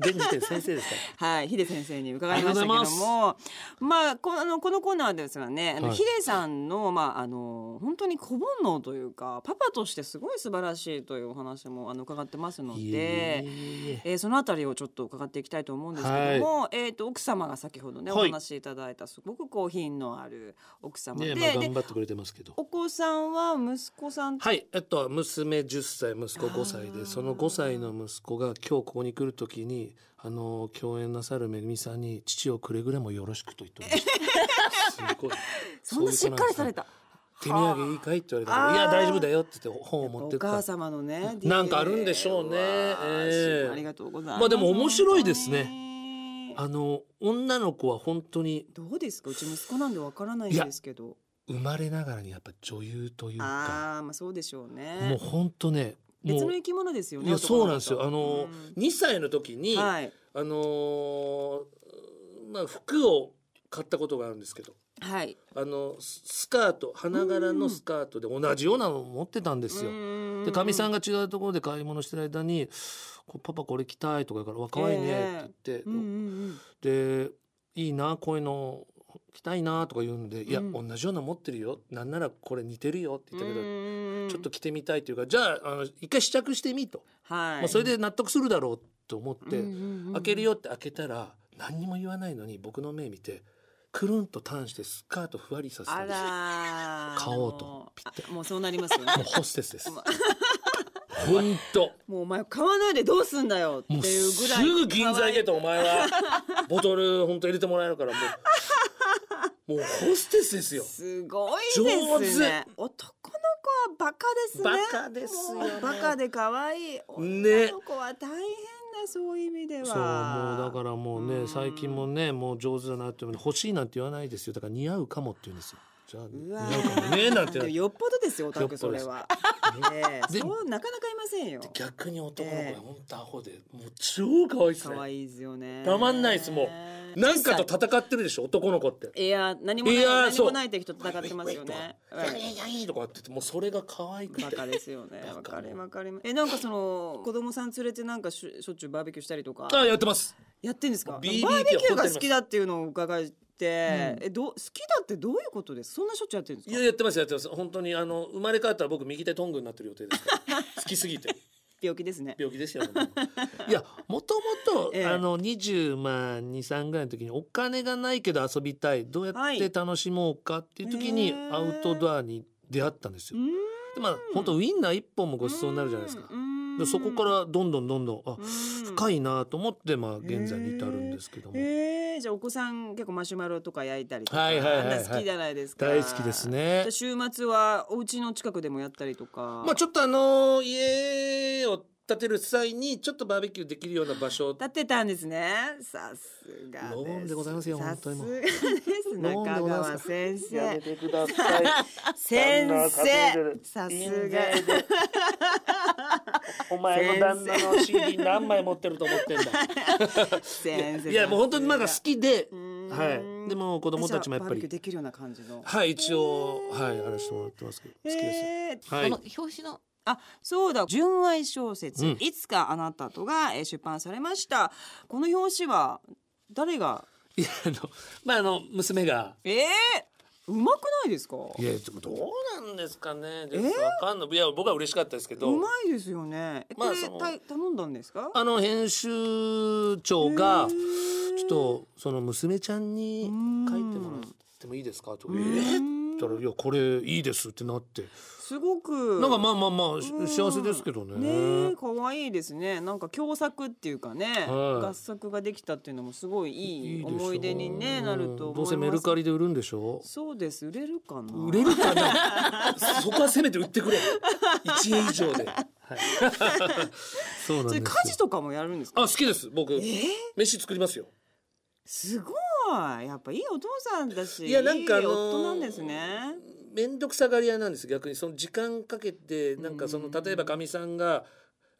[SPEAKER 2] 現時点先生ですか
[SPEAKER 1] はいヒデ先生に伺いましたけど
[SPEAKER 2] ありがとうご
[SPEAKER 1] もまあこあのこのコーナーですがねあの、
[SPEAKER 2] はい
[SPEAKER 1] ヒデさんのまああの本当に小煩悩というかパパとしてすごい素晴らしいというお話もあの伺ってますの
[SPEAKER 2] ら。
[SPEAKER 1] で。
[SPEAKER 2] いえいえいえ
[SPEAKER 1] えー、そのあたりをちょっと伺っていきたいと思うんですけども、えー、と奥様が先ほどね、
[SPEAKER 2] はい
[SPEAKER 1] お話しいただいたすごくこう品のある奥様で,、
[SPEAKER 2] ねまあ
[SPEAKER 1] で
[SPEAKER 2] 頑張ってくれてますけど。
[SPEAKER 1] お子さんは息子さんと
[SPEAKER 2] はい、えっと娘10歳息子5歳
[SPEAKER 1] あー
[SPEAKER 2] でその5歳の息子が今日ここに来るときにあの共演なさるめぐみさんに父をくれぐれもよろしくと言っておりま
[SPEAKER 1] *laughs*
[SPEAKER 2] した。すごい。
[SPEAKER 1] そんなしっかりされ
[SPEAKER 2] た。
[SPEAKER 1] た
[SPEAKER 2] 手土産いいかいって言われた
[SPEAKER 1] あ
[SPEAKER 2] から
[SPEAKER 1] ー
[SPEAKER 2] いや大丈夫だよって言って本を持って
[SPEAKER 1] お
[SPEAKER 2] った。
[SPEAKER 1] 母様のね
[SPEAKER 2] なんかあるんでしょうね
[SPEAKER 1] DNA は
[SPEAKER 2] ええ
[SPEAKER 1] ありがとうございます、
[SPEAKER 2] まあでも面白いですね
[SPEAKER 1] 本当に
[SPEAKER 2] あの女の子は本当に
[SPEAKER 1] どうですかうち息子なんでわからないんですけど
[SPEAKER 2] 生まれながらにやっぱ女優というか
[SPEAKER 1] ああーまあそうでしょう
[SPEAKER 2] もう
[SPEAKER 1] ね
[SPEAKER 2] 本当ねも
[SPEAKER 1] 別の
[SPEAKER 2] う
[SPEAKER 1] 生き物ですよね
[SPEAKER 2] いや
[SPEAKER 1] 男の
[SPEAKER 2] そう
[SPEAKER 1] 子
[SPEAKER 2] なんですよあの
[SPEAKER 1] うん
[SPEAKER 2] 2歳の時に。
[SPEAKER 1] はい
[SPEAKER 2] あのーまあ服を買ったことがあるんですけど
[SPEAKER 1] はい
[SPEAKER 2] あのススカート花柄のスカートで同じようなのを持ってたんですよ。でかみさんが違うところで買い物してる間に「こパパこれ着たい」とか言うから「わ可愛いね」って
[SPEAKER 1] うんうん
[SPEAKER 2] 言
[SPEAKER 1] う
[SPEAKER 2] っ
[SPEAKER 1] ん
[SPEAKER 2] て「でいいなこういうの着たいな」とか言うんで「いや
[SPEAKER 1] うん
[SPEAKER 2] 同じようなの持ってるよなんならこれ似てるよ」って言ったけど。
[SPEAKER 1] ど
[SPEAKER 2] ちょっと着てみたいというかじゃああの一回試着してみと、
[SPEAKER 1] はい、
[SPEAKER 2] まあ、それで納得するだろうと思って、
[SPEAKER 1] うんうんうん
[SPEAKER 2] 開けるよって開けたら何にも言わないのに僕の目見てくるんとターンしてスカートふわりさせた
[SPEAKER 1] あ
[SPEAKER 2] んです
[SPEAKER 1] らー
[SPEAKER 2] 買おう
[SPEAKER 1] も
[SPEAKER 2] と
[SPEAKER 1] うあもうそうなりますよね
[SPEAKER 2] もうホステスです
[SPEAKER 1] ま
[SPEAKER 2] *laughs* 本当
[SPEAKER 1] もうお前買わないでどうすんだよって
[SPEAKER 2] もう
[SPEAKER 1] いうぐらい
[SPEAKER 2] すぐ銀座行けとお前はボトル本当入れてもらえるからもうもうホステスですよ
[SPEAKER 1] すごいですね男の子はバカですね
[SPEAKER 2] バカですよね
[SPEAKER 1] もうバカで可愛い
[SPEAKER 2] ね
[SPEAKER 1] 女の子は大変だそういう意味では
[SPEAKER 2] そうもうだからもうね、
[SPEAKER 1] うん
[SPEAKER 2] 最近もねもう上手だなって思うの欲しいなんて言わないですよだから似合うかもって言うんですよじゃあ
[SPEAKER 1] う
[SPEAKER 2] 似
[SPEAKER 1] わ
[SPEAKER 2] 合うかもねなんて言わない
[SPEAKER 1] よっぽどですよオタクそれ
[SPEAKER 2] *laughs*
[SPEAKER 1] は、ねえ
[SPEAKER 2] で
[SPEAKER 1] そうなかなかいませんよ
[SPEAKER 2] 逆に男の子
[SPEAKER 1] ええ
[SPEAKER 2] が本当アホで、もう超可愛いですね
[SPEAKER 1] 可愛いですよね
[SPEAKER 2] たまんないですも
[SPEAKER 1] う
[SPEAKER 2] なんかと戦ってるでしょ男の子って
[SPEAKER 1] いや何もない
[SPEAKER 2] いや
[SPEAKER 1] 何
[SPEAKER 2] そ
[SPEAKER 1] も
[SPEAKER 2] う
[SPEAKER 1] ない敵と戦ってますよね
[SPEAKER 2] いやいやいやいいとかって言ってもうそれが可愛く
[SPEAKER 1] バ
[SPEAKER 2] て
[SPEAKER 1] カですよねわ
[SPEAKER 2] バカ
[SPEAKER 1] かりわかりえなんかその子供さん連れてなんかしょしょっちゅうバーベキューしたりとか
[SPEAKER 2] あやってます
[SPEAKER 1] やってんですか
[SPEAKER 2] BBQ
[SPEAKER 1] バーベキュー
[SPEAKER 2] は本当にあ
[SPEAKER 1] が
[SPEAKER 2] ります
[SPEAKER 1] 好きだっていうのを伺って、えど好きだってどういうことですそんなしょっちゅうやってるんです
[SPEAKER 2] い
[SPEAKER 1] か
[SPEAKER 2] ややってますやってます本当にあの生まれ変わったら僕右手トングになってる予定ですから好きすぎて
[SPEAKER 1] 病気ですね
[SPEAKER 2] 病気ですよ、ね、いやもともと、
[SPEAKER 1] ええ
[SPEAKER 2] あの20まあ23ぐらいの時にお金がないけど遊びたいどうや
[SPEAKER 1] は
[SPEAKER 2] っ
[SPEAKER 1] い
[SPEAKER 2] て楽しもうかっていう時に、
[SPEAKER 1] へえ
[SPEAKER 2] アウトドアに出会ったんです
[SPEAKER 1] う
[SPEAKER 2] よ、
[SPEAKER 1] ん
[SPEAKER 2] でまあ本当ウインナー一本もご馳走になるじゃないですか
[SPEAKER 1] うん
[SPEAKER 2] でそこからどんどんどんどんあ深
[SPEAKER 1] い
[SPEAKER 2] いなと思ってまあ現在に至るんですけども、
[SPEAKER 1] えー、じゃあお子さん結構マシュマロとか焼いたりとか、
[SPEAKER 2] はいはいはいはい
[SPEAKER 1] あんな好きじゃないですか
[SPEAKER 2] 大好きですね
[SPEAKER 1] で週末はお家の近くでもやったりとか
[SPEAKER 2] まあちょっとあの家を建てる際にちょっとバーベキューできるような場所
[SPEAKER 1] 立ってたんですねさすがです
[SPEAKER 2] ローンでございますよ本当にもう
[SPEAKER 1] さすがです
[SPEAKER 2] ローンで
[SPEAKER 1] 中
[SPEAKER 2] ございます
[SPEAKER 1] 川先生
[SPEAKER 2] てください
[SPEAKER 1] 先
[SPEAKER 2] 旦那は稼いで
[SPEAKER 1] 生
[SPEAKER 2] る
[SPEAKER 1] さ
[SPEAKER 2] 印
[SPEAKER 1] す
[SPEAKER 2] 税
[SPEAKER 1] が
[SPEAKER 2] で *laughs* お前の旦那の CD 何枚持ってると思ってんだ
[SPEAKER 1] 先生
[SPEAKER 2] いやもう本当になんか好きで、
[SPEAKER 1] ん
[SPEAKER 2] はい、でも子供たちもやっ
[SPEAKER 1] じ
[SPEAKER 2] ぱ
[SPEAKER 1] ゃあバーベキュー
[SPEAKER 2] り
[SPEAKER 1] できるような感じの
[SPEAKER 2] はい一応はいあらしてもらってますけど好きで
[SPEAKER 1] えー
[SPEAKER 2] すはい
[SPEAKER 3] この表紙の
[SPEAKER 1] あそうだ純愛小説、
[SPEAKER 2] うん
[SPEAKER 1] いつかあなたとがえー出版されましたこの表紙は誰が
[SPEAKER 2] いやあのまああの娘が
[SPEAKER 1] ええー、うまくないですか
[SPEAKER 2] いやどうなんですかね
[SPEAKER 1] えー
[SPEAKER 2] わかんないいや僕は嬉しかったですけ
[SPEAKER 1] う
[SPEAKER 2] ど
[SPEAKER 1] まいですよねえこ
[SPEAKER 2] まあ
[SPEAKER 1] れ、
[SPEAKER 2] その
[SPEAKER 1] た頼んだんですか
[SPEAKER 2] あの編集長が
[SPEAKER 1] へー
[SPEAKER 2] ちょっとその娘ちゃんに
[SPEAKER 1] うん
[SPEAKER 2] 書いてもらってもいいですかとか
[SPEAKER 1] う
[SPEAKER 2] え
[SPEAKER 1] ん
[SPEAKER 2] ーって言ったらいやこれいいですってなって
[SPEAKER 1] すごく
[SPEAKER 2] なんかまあまあまあし
[SPEAKER 1] うん
[SPEAKER 2] 幸せですけどね
[SPEAKER 1] ねえ可愛いですねなんか共作っていうかね、
[SPEAKER 2] はい
[SPEAKER 1] 合作ができたっていうのもすごいい
[SPEAKER 2] い
[SPEAKER 1] い
[SPEAKER 2] いでしょ
[SPEAKER 1] 思い出に、ね、なると思います
[SPEAKER 2] どうせメルカリで売るんでしょ
[SPEAKER 1] そうです売れるかな
[SPEAKER 2] 売れるかなそこはせめて売ってく *laughs* れ1円以上で、はい、そうなん
[SPEAKER 1] それ家
[SPEAKER 2] ですよ
[SPEAKER 1] 事とかもやるんです
[SPEAKER 2] あ
[SPEAKER 1] か
[SPEAKER 2] 好きです僕
[SPEAKER 1] えー、
[SPEAKER 2] 飯作りますよ
[SPEAKER 1] すごいやっぱいいお父さんだし
[SPEAKER 2] いやなんかあ
[SPEAKER 1] い
[SPEAKER 2] のー
[SPEAKER 1] い夫なんですね
[SPEAKER 2] 面倒くさがり屋なんです逆にその時間かけてなんかその例えばかみさんが、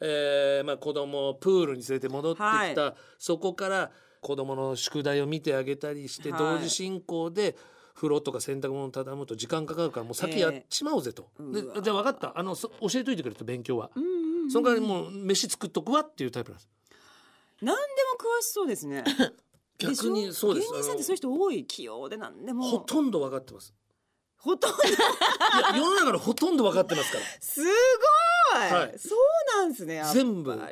[SPEAKER 2] えーまあ、子供をプールに連れて戻ってきた、
[SPEAKER 1] はい
[SPEAKER 2] そこから子供の宿題を見てあげたりして、
[SPEAKER 1] はい
[SPEAKER 2] 同時進行で風呂とか洗濯物を畳むと時間かかるからもう先やっちまおうぜと、
[SPEAKER 1] ええうわ
[SPEAKER 2] でじゃあ分かったあのそ教えといてくれと勉強は、
[SPEAKER 1] うんうんうん
[SPEAKER 2] その代わりもう飯作っとくわっていうタイプなんです
[SPEAKER 1] 何でも詳しそうですねでし
[SPEAKER 2] *laughs* 逆
[SPEAKER 1] ょ
[SPEAKER 2] にそうです
[SPEAKER 1] 芸人さんってそういう人多い器用で何で
[SPEAKER 2] あ
[SPEAKER 1] も
[SPEAKER 2] のほとんど分かってます
[SPEAKER 1] ほとんど
[SPEAKER 2] いや世の中のほとんど分かってますから
[SPEAKER 1] すごい、
[SPEAKER 2] はい
[SPEAKER 1] そうなんですねやっぱり
[SPEAKER 2] 全部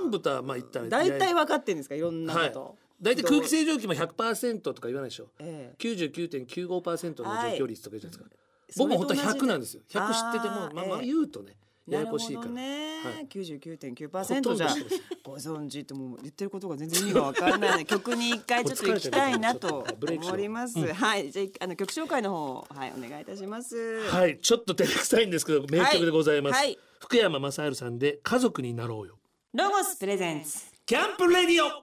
[SPEAKER 2] 全部とはまあ言ったら
[SPEAKER 1] 大体分かってんですかいろんなこ
[SPEAKER 2] は
[SPEAKER 1] と、
[SPEAKER 2] 大体空気清浄機も100%とか言わないでしょ
[SPEAKER 1] ええ
[SPEAKER 2] 99.95%の除去率とか言うじゃないですか、
[SPEAKER 1] そ
[SPEAKER 2] 僕
[SPEAKER 1] れ
[SPEAKER 2] も
[SPEAKER 1] と
[SPEAKER 2] 本
[SPEAKER 1] 同
[SPEAKER 2] 当
[SPEAKER 1] じ
[SPEAKER 2] 100なんですよ100知ってても
[SPEAKER 1] あー
[SPEAKER 2] まあまあ
[SPEAKER 1] ええ
[SPEAKER 2] 言うとねややこしいから、
[SPEAKER 1] な
[SPEAKER 2] は
[SPEAKER 1] る
[SPEAKER 2] い
[SPEAKER 1] ほどね、
[SPEAKER 2] ほと
[SPEAKER 1] 99.9%
[SPEAKER 2] ん
[SPEAKER 1] じ
[SPEAKER 2] ど
[SPEAKER 1] ゃ
[SPEAKER 2] 知ってます
[SPEAKER 1] ご存知ってもう言ってることが全然意味がわから
[SPEAKER 2] *laughs*
[SPEAKER 1] ないので曲に一回ちょっと行きたいなと思います、はいじゃああの曲紹介の方をはいお願いいたします
[SPEAKER 2] はいちょっと照れくさいんですけど名曲でございます、
[SPEAKER 1] はいはい
[SPEAKER 2] 福山雅治さんで「家族になろうよ
[SPEAKER 1] ロゴスプレゼンツ」
[SPEAKER 2] キャンプレディオ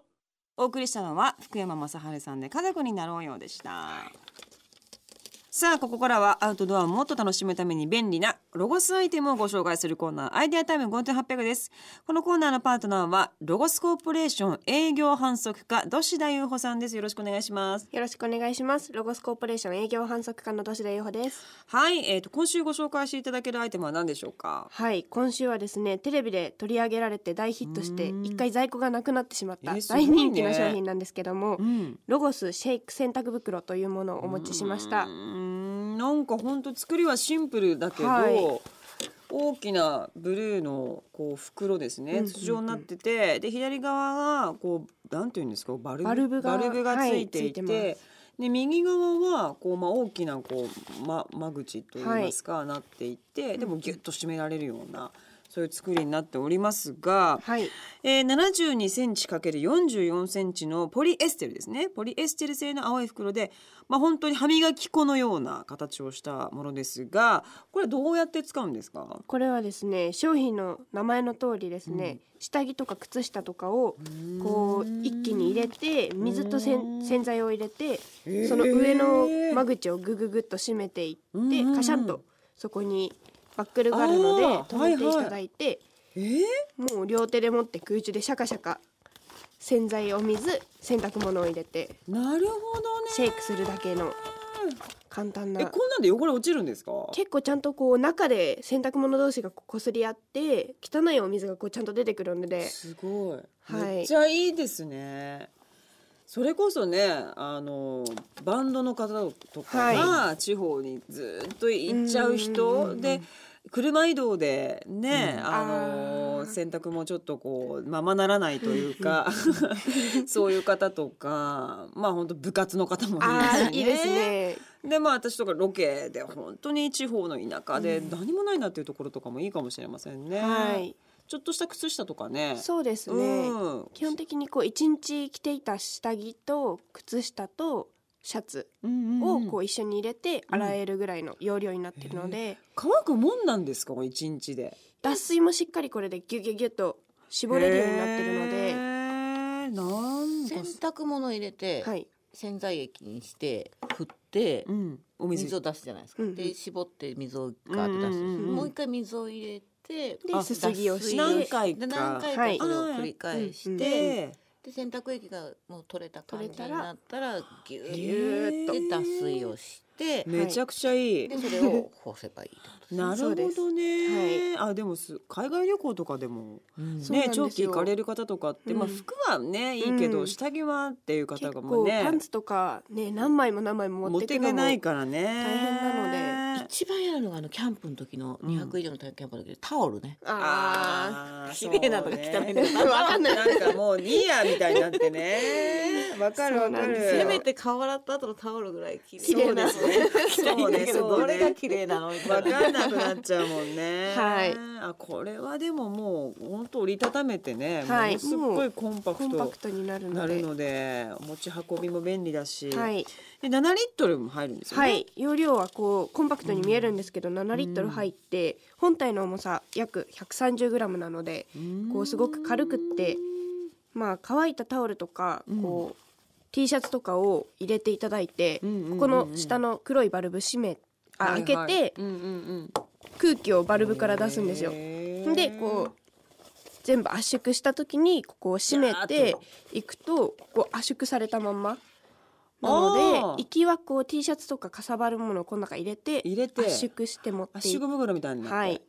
[SPEAKER 1] お送りしたのは福山雅治さんで家族になろうようでしたさあここからはアウトドアをもっと楽しむために便利なロゴスアイテムをご紹介するコーナーアイデアタイム5800ですこのコーナーのパートナーはロゴスコーポレーション営業販促課土師田優穂さんですよろしくお願いします
[SPEAKER 4] よろしくお願いします。ロゴスコーポレーション営業販促課の土田優穂です。
[SPEAKER 1] はい、えー、と今週ご紹介していただけるアイテムは何でしょうか。
[SPEAKER 4] はい、今週はですね、テレビで取り上げられて大ヒットして、一回在庫がなくなってしまった
[SPEAKER 1] えーすごい
[SPEAKER 4] 大
[SPEAKER 1] ね
[SPEAKER 4] 人気の商品なんですけども、
[SPEAKER 1] ん。
[SPEAKER 4] ロゴスシェイク洗濯袋というものをお持ちしました。
[SPEAKER 1] んなんか本当作りはシンプルだけど、
[SPEAKER 4] はい
[SPEAKER 1] 大きなブルーのこう袋です
[SPEAKER 4] うん
[SPEAKER 1] ね
[SPEAKER 4] うんうん
[SPEAKER 1] 筒状になってて、で左側がこうなんていうんですかバルブ
[SPEAKER 4] バルブが
[SPEAKER 1] ついて
[SPEAKER 4] はい
[SPEAKER 1] い
[SPEAKER 4] つい
[SPEAKER 1] て。
[SPEAKER 4] てます
[SPEAKER 1] で右側はこう、まあ、大きなこう、ま、間口といいますか、なっていてでもギュッと締められるようなそういう作りになっておりますが、
[SPEAKER 4] はい。
[SPEAKER 1] えー、72センチ ×44 センチのポリエステルですねポリエステル製の青い袋で、まあ、本当に歯磨き粉のような形をしたものですがこれどうやって使うんですか
[SPEAKER 4] これはですね、商品の名前の通りですね、下着とか靴下とかをこう一気に入れて、水とせん洗剤を入れて、その上の間口をぐぐぐっと閉めてい
[SPEAKER 1] うん
[SPEAKER 4] っ
[SPEAKER 1] うんう
[SPEAKER 4] て
[SPEAKER 1] ん
[SPEAKER 4] カシャンとそこにバックルがあるので
[SPEAKER 1] あー
[SPEAKER 4] 止めていただいて、
[SPEAKER 1] えー、
[SPEAKER 4] もう両手で持って空中でシャカシャカ洗剤お水洗濯物を入れて
[SPEAKER 1] なるほどね
[SPEAKER 4] シェイクするだけの簡単
[SPEAKER 1] え
[SPEAKER 4] な
[SPEAKER 1] こんなんで汚れ落ちるんですか
[SPEAKER 4] 結構ちゃんとこう中で洗濯物同士がこう擦り合って汚いお水がこうちゃんと出てくるのです
[SPEAKER 1] ごい、
[SPEAKER 4] はい
[SPEAKER 1] めっちゃいいですねそれこそねあのバンドの方とかが地方にずっと行っちゃう人、
[SPEAKER 4] うんうんうんうん
[SPEAKER 1] で車移動でね、
[SPEAKER 2] うん
[SPEAKER 1] あの
[SPEAKER 4] あー
[SPEAKER 1] 洗濯もちょっとこうままならないというか *laughs* そういう方とかまあ本当部活の方もいま
[SPEAKER 4] あ
[SPEAKER 1] す
[SPEAKER 4] あ
[SPEAKER 1] ね。
[SPEAKER 4] いいですね
[SPEAKER 1] でまあ私とかロケで本当に地方の田舎で何もないなっていうところとかもいいかもしれませんね。
[SPEAKER 4] はい
[SPEAKER 1] ちょっとした靴下とかね。
[SPEAKER 4] そうですね
[SPEAKER 1] うん
[SPEAKER 4] 基本的にこう一日着ていた下着と靴下とシャツ
[SPEAKER 1] うんう
[SPEAKER 4] を
[SPEAKER 1] んうん
[SPEAKER 4] こう一緒に入れて洗えるぐらいの容量になってるので、
[SPEAKER 1] 乾くもんなんですかこの一日で
[SPEAKER 4] 脱水もしっかりこれでギュギュギュッと絞れるようになってるの
[SPEAKER 1] へ
[SPEAKER 4] で、
[SPEAKER 1] ーなん
[SPEAKER 3] 洗
[SPEAKER 1] かす
[SPEAKER 3] 濯物入れて、
[SPEAKER 4] はい、
[SPEAKER 3] 洗剤液にして振って、
[SPEAKER 1] うんお水
[SPEAKER 3] 水を出すじゃないですか、
[SPEAKER 4] うんうん
[SPEAKER 3] で絞って水をガーって出す、
[SPEAKER 1] うんうん
[SPEAKER 4] うん
[SPEAKER 3] もう一回水を入れて
[SPEAKER 4] で、すすぎをし
[SPEAKER 3] 水
[SPEAKER 1] 何
[SPEAKER 4] て、
[SPEAKER 1] 回か
[SPEAKER 3] で何回かそれを繰り返して、
[SPEAKER 4] はい
[SPEAKER 1] で
[SPEAKER 3] で洗濯液がもう取れた感
[SPEAKER 4] 取
[SPEAKER 3] じ
[SPEAKER 4] れた
[SPEAKER 3] に
[SPEAKER 4] ら
[SPEAKER 3] なったらぎゅ
[SPEAKER 1] ぎ
[SPEAKER 3] ー
[SPEAKER 1] ゅーっ
[SPEAKER 3] っ
[SPEAKER 1] と
[SPEAKER 3] とで脱水をして
[SPEAKER 4] ん
[SPEAKER 1] めちゃくちゃいい
[SPEAKER 3] でそれを干せばいいってことですね
[SPEAKER 1] なる
[SPEAKER 4] そ
[SPEAKER 1] ほ
[SPEAKER 4] うです
[SPEAKER 1] どねあでもす海外旅行とかでも
[SPEAKER 4] そうなん
[SPEAKER 1] ね
[SPEAKER 4] ですよ
[SPEAKER 1] 長期行かれる方とかってまあ
[SPEAKER 4] うん
[SPEAKER 1] 服はねいいけ
[SPEAKER 4] う
[SPEAKER 1] ど
[SPEAKER 4] ん
[SPEAKER 1] 下着はっていう方
[SPEAKER 4] 結
[SPEAKER 1] がもう
[SPEAKER 4] 構パ
[SPEAKER 1] ね
[SPEAKER 4] ンツとかね何枚も何枚も
[SPEAKER 1] 持
[SPEAKER 4] 持
[SPEAKER 1] っ
[SPEAKER 4] って
[SPEAKER 1] てい
[SPEAKER 4] くの
[SPEAKER 1] け
[SPEAKER 4] も
[SPEAKER 1] ないからね
[SPEAKER 4] 大変な
[SPEAKER 1] の
[SPEAKER 3] 一番嫌なのがあのキャンプの時の
[SPEAKER 1] うん
[SPEAKER 3] 2泊以上のキャンプの時のタオルね、
[SPEAKER 1] あ
[SPEAKER 4] あ
[SPEAKER 1] ー
[SPEAKER 3] 綺麗なのか汚いのか
[SPEAKER 1] そうね
[SPEAKER 4] わかんない
[SPEAKER 1] なんかもうニーヤみたいになってね
[SPEAKER 4] *laughs*
[SPEAKER 1] わかるわか
[SPEAKER 4] そうなん
[SPEAKER 1] る
[SPEAKER 4] ですよ
[SPEAKER 3] せめて顔洗った後のタオルぐらい綺
[SPEAKER 4] 綺麗な
[SPEAKER 3] そうですね
[SPEAKER 1] そうね
[SPEAKER 3] だけど
[SPEAKER 1] そうね
[SPEAKER 3] どれが綺麗なのみた
[SPEAKER 1] わ
[SPEAKER 3] いな
[SPEAKER 1] かんなくなっちゃうもんね
[SPEAKER 4] はい
[SPEAKER 1] あこれはでももう本当折りたためてね、
[SPEAKER 4] はい
[SPEAKER 1] もうすっごいコンパ
[SPEAKER 4] コ
[SPEAKER 1] ク
[SPEAKER 4] ンパ
[SPEAKER 1] ト
[SPEAKER 4] クトになる
[SPEAKER 1] な
[SPEAKER 4] ので
[SPEAKER 1] るので持ち運びも便利だし、
[SPEAKER 4] はい、
[SPEAKER 1] で7リットルも入るんですよね、
[SPEAKER 4] はい、容量はこうコンパクトに見えるんですけど、7リットル入って本体の重さ約 130g なので
[SPEAKER 1] ん
[SPEAKER 4] こうすごく軽くってまあ乾いたタオルとかこう、T シャツとかを入れていただいて、
[SPEAKER 1] うんうんうんうん
[SPEAKER 4] ここの下の黒いバルブ閉めあ、
[SPEAKER 1] はいはい
[SPEAKER 4] 開けて
[SPEAKER 1] うんうん
[SPEAKER 4] 空気をバル
[SPEAKER 1] う
[SPEAKER 4] ブから出すんですよ。
[SPEAKER 1] へー
[SPEAKER 4] でこう全部圧縮した時にここを閉めていくとこう圧縮されたまんま
[SPEAKER 1] あ
[SPEAKER 4] なの
[SPEAKER 1] ー
[SPEAKER 4] で行きはこう T シャツとかかさばるものをこの中入れて
[SPEAKER 1] 入れて
[SPEAKER 4] 圧縮して持って
[SPEAKER 1] 圧
[SPEAKER 4] い
[SPEAKER 1] 縮
[SPEAKER 4] く
[SPEAKER 1] 袋みたいになって
[SPEAKER 4] はい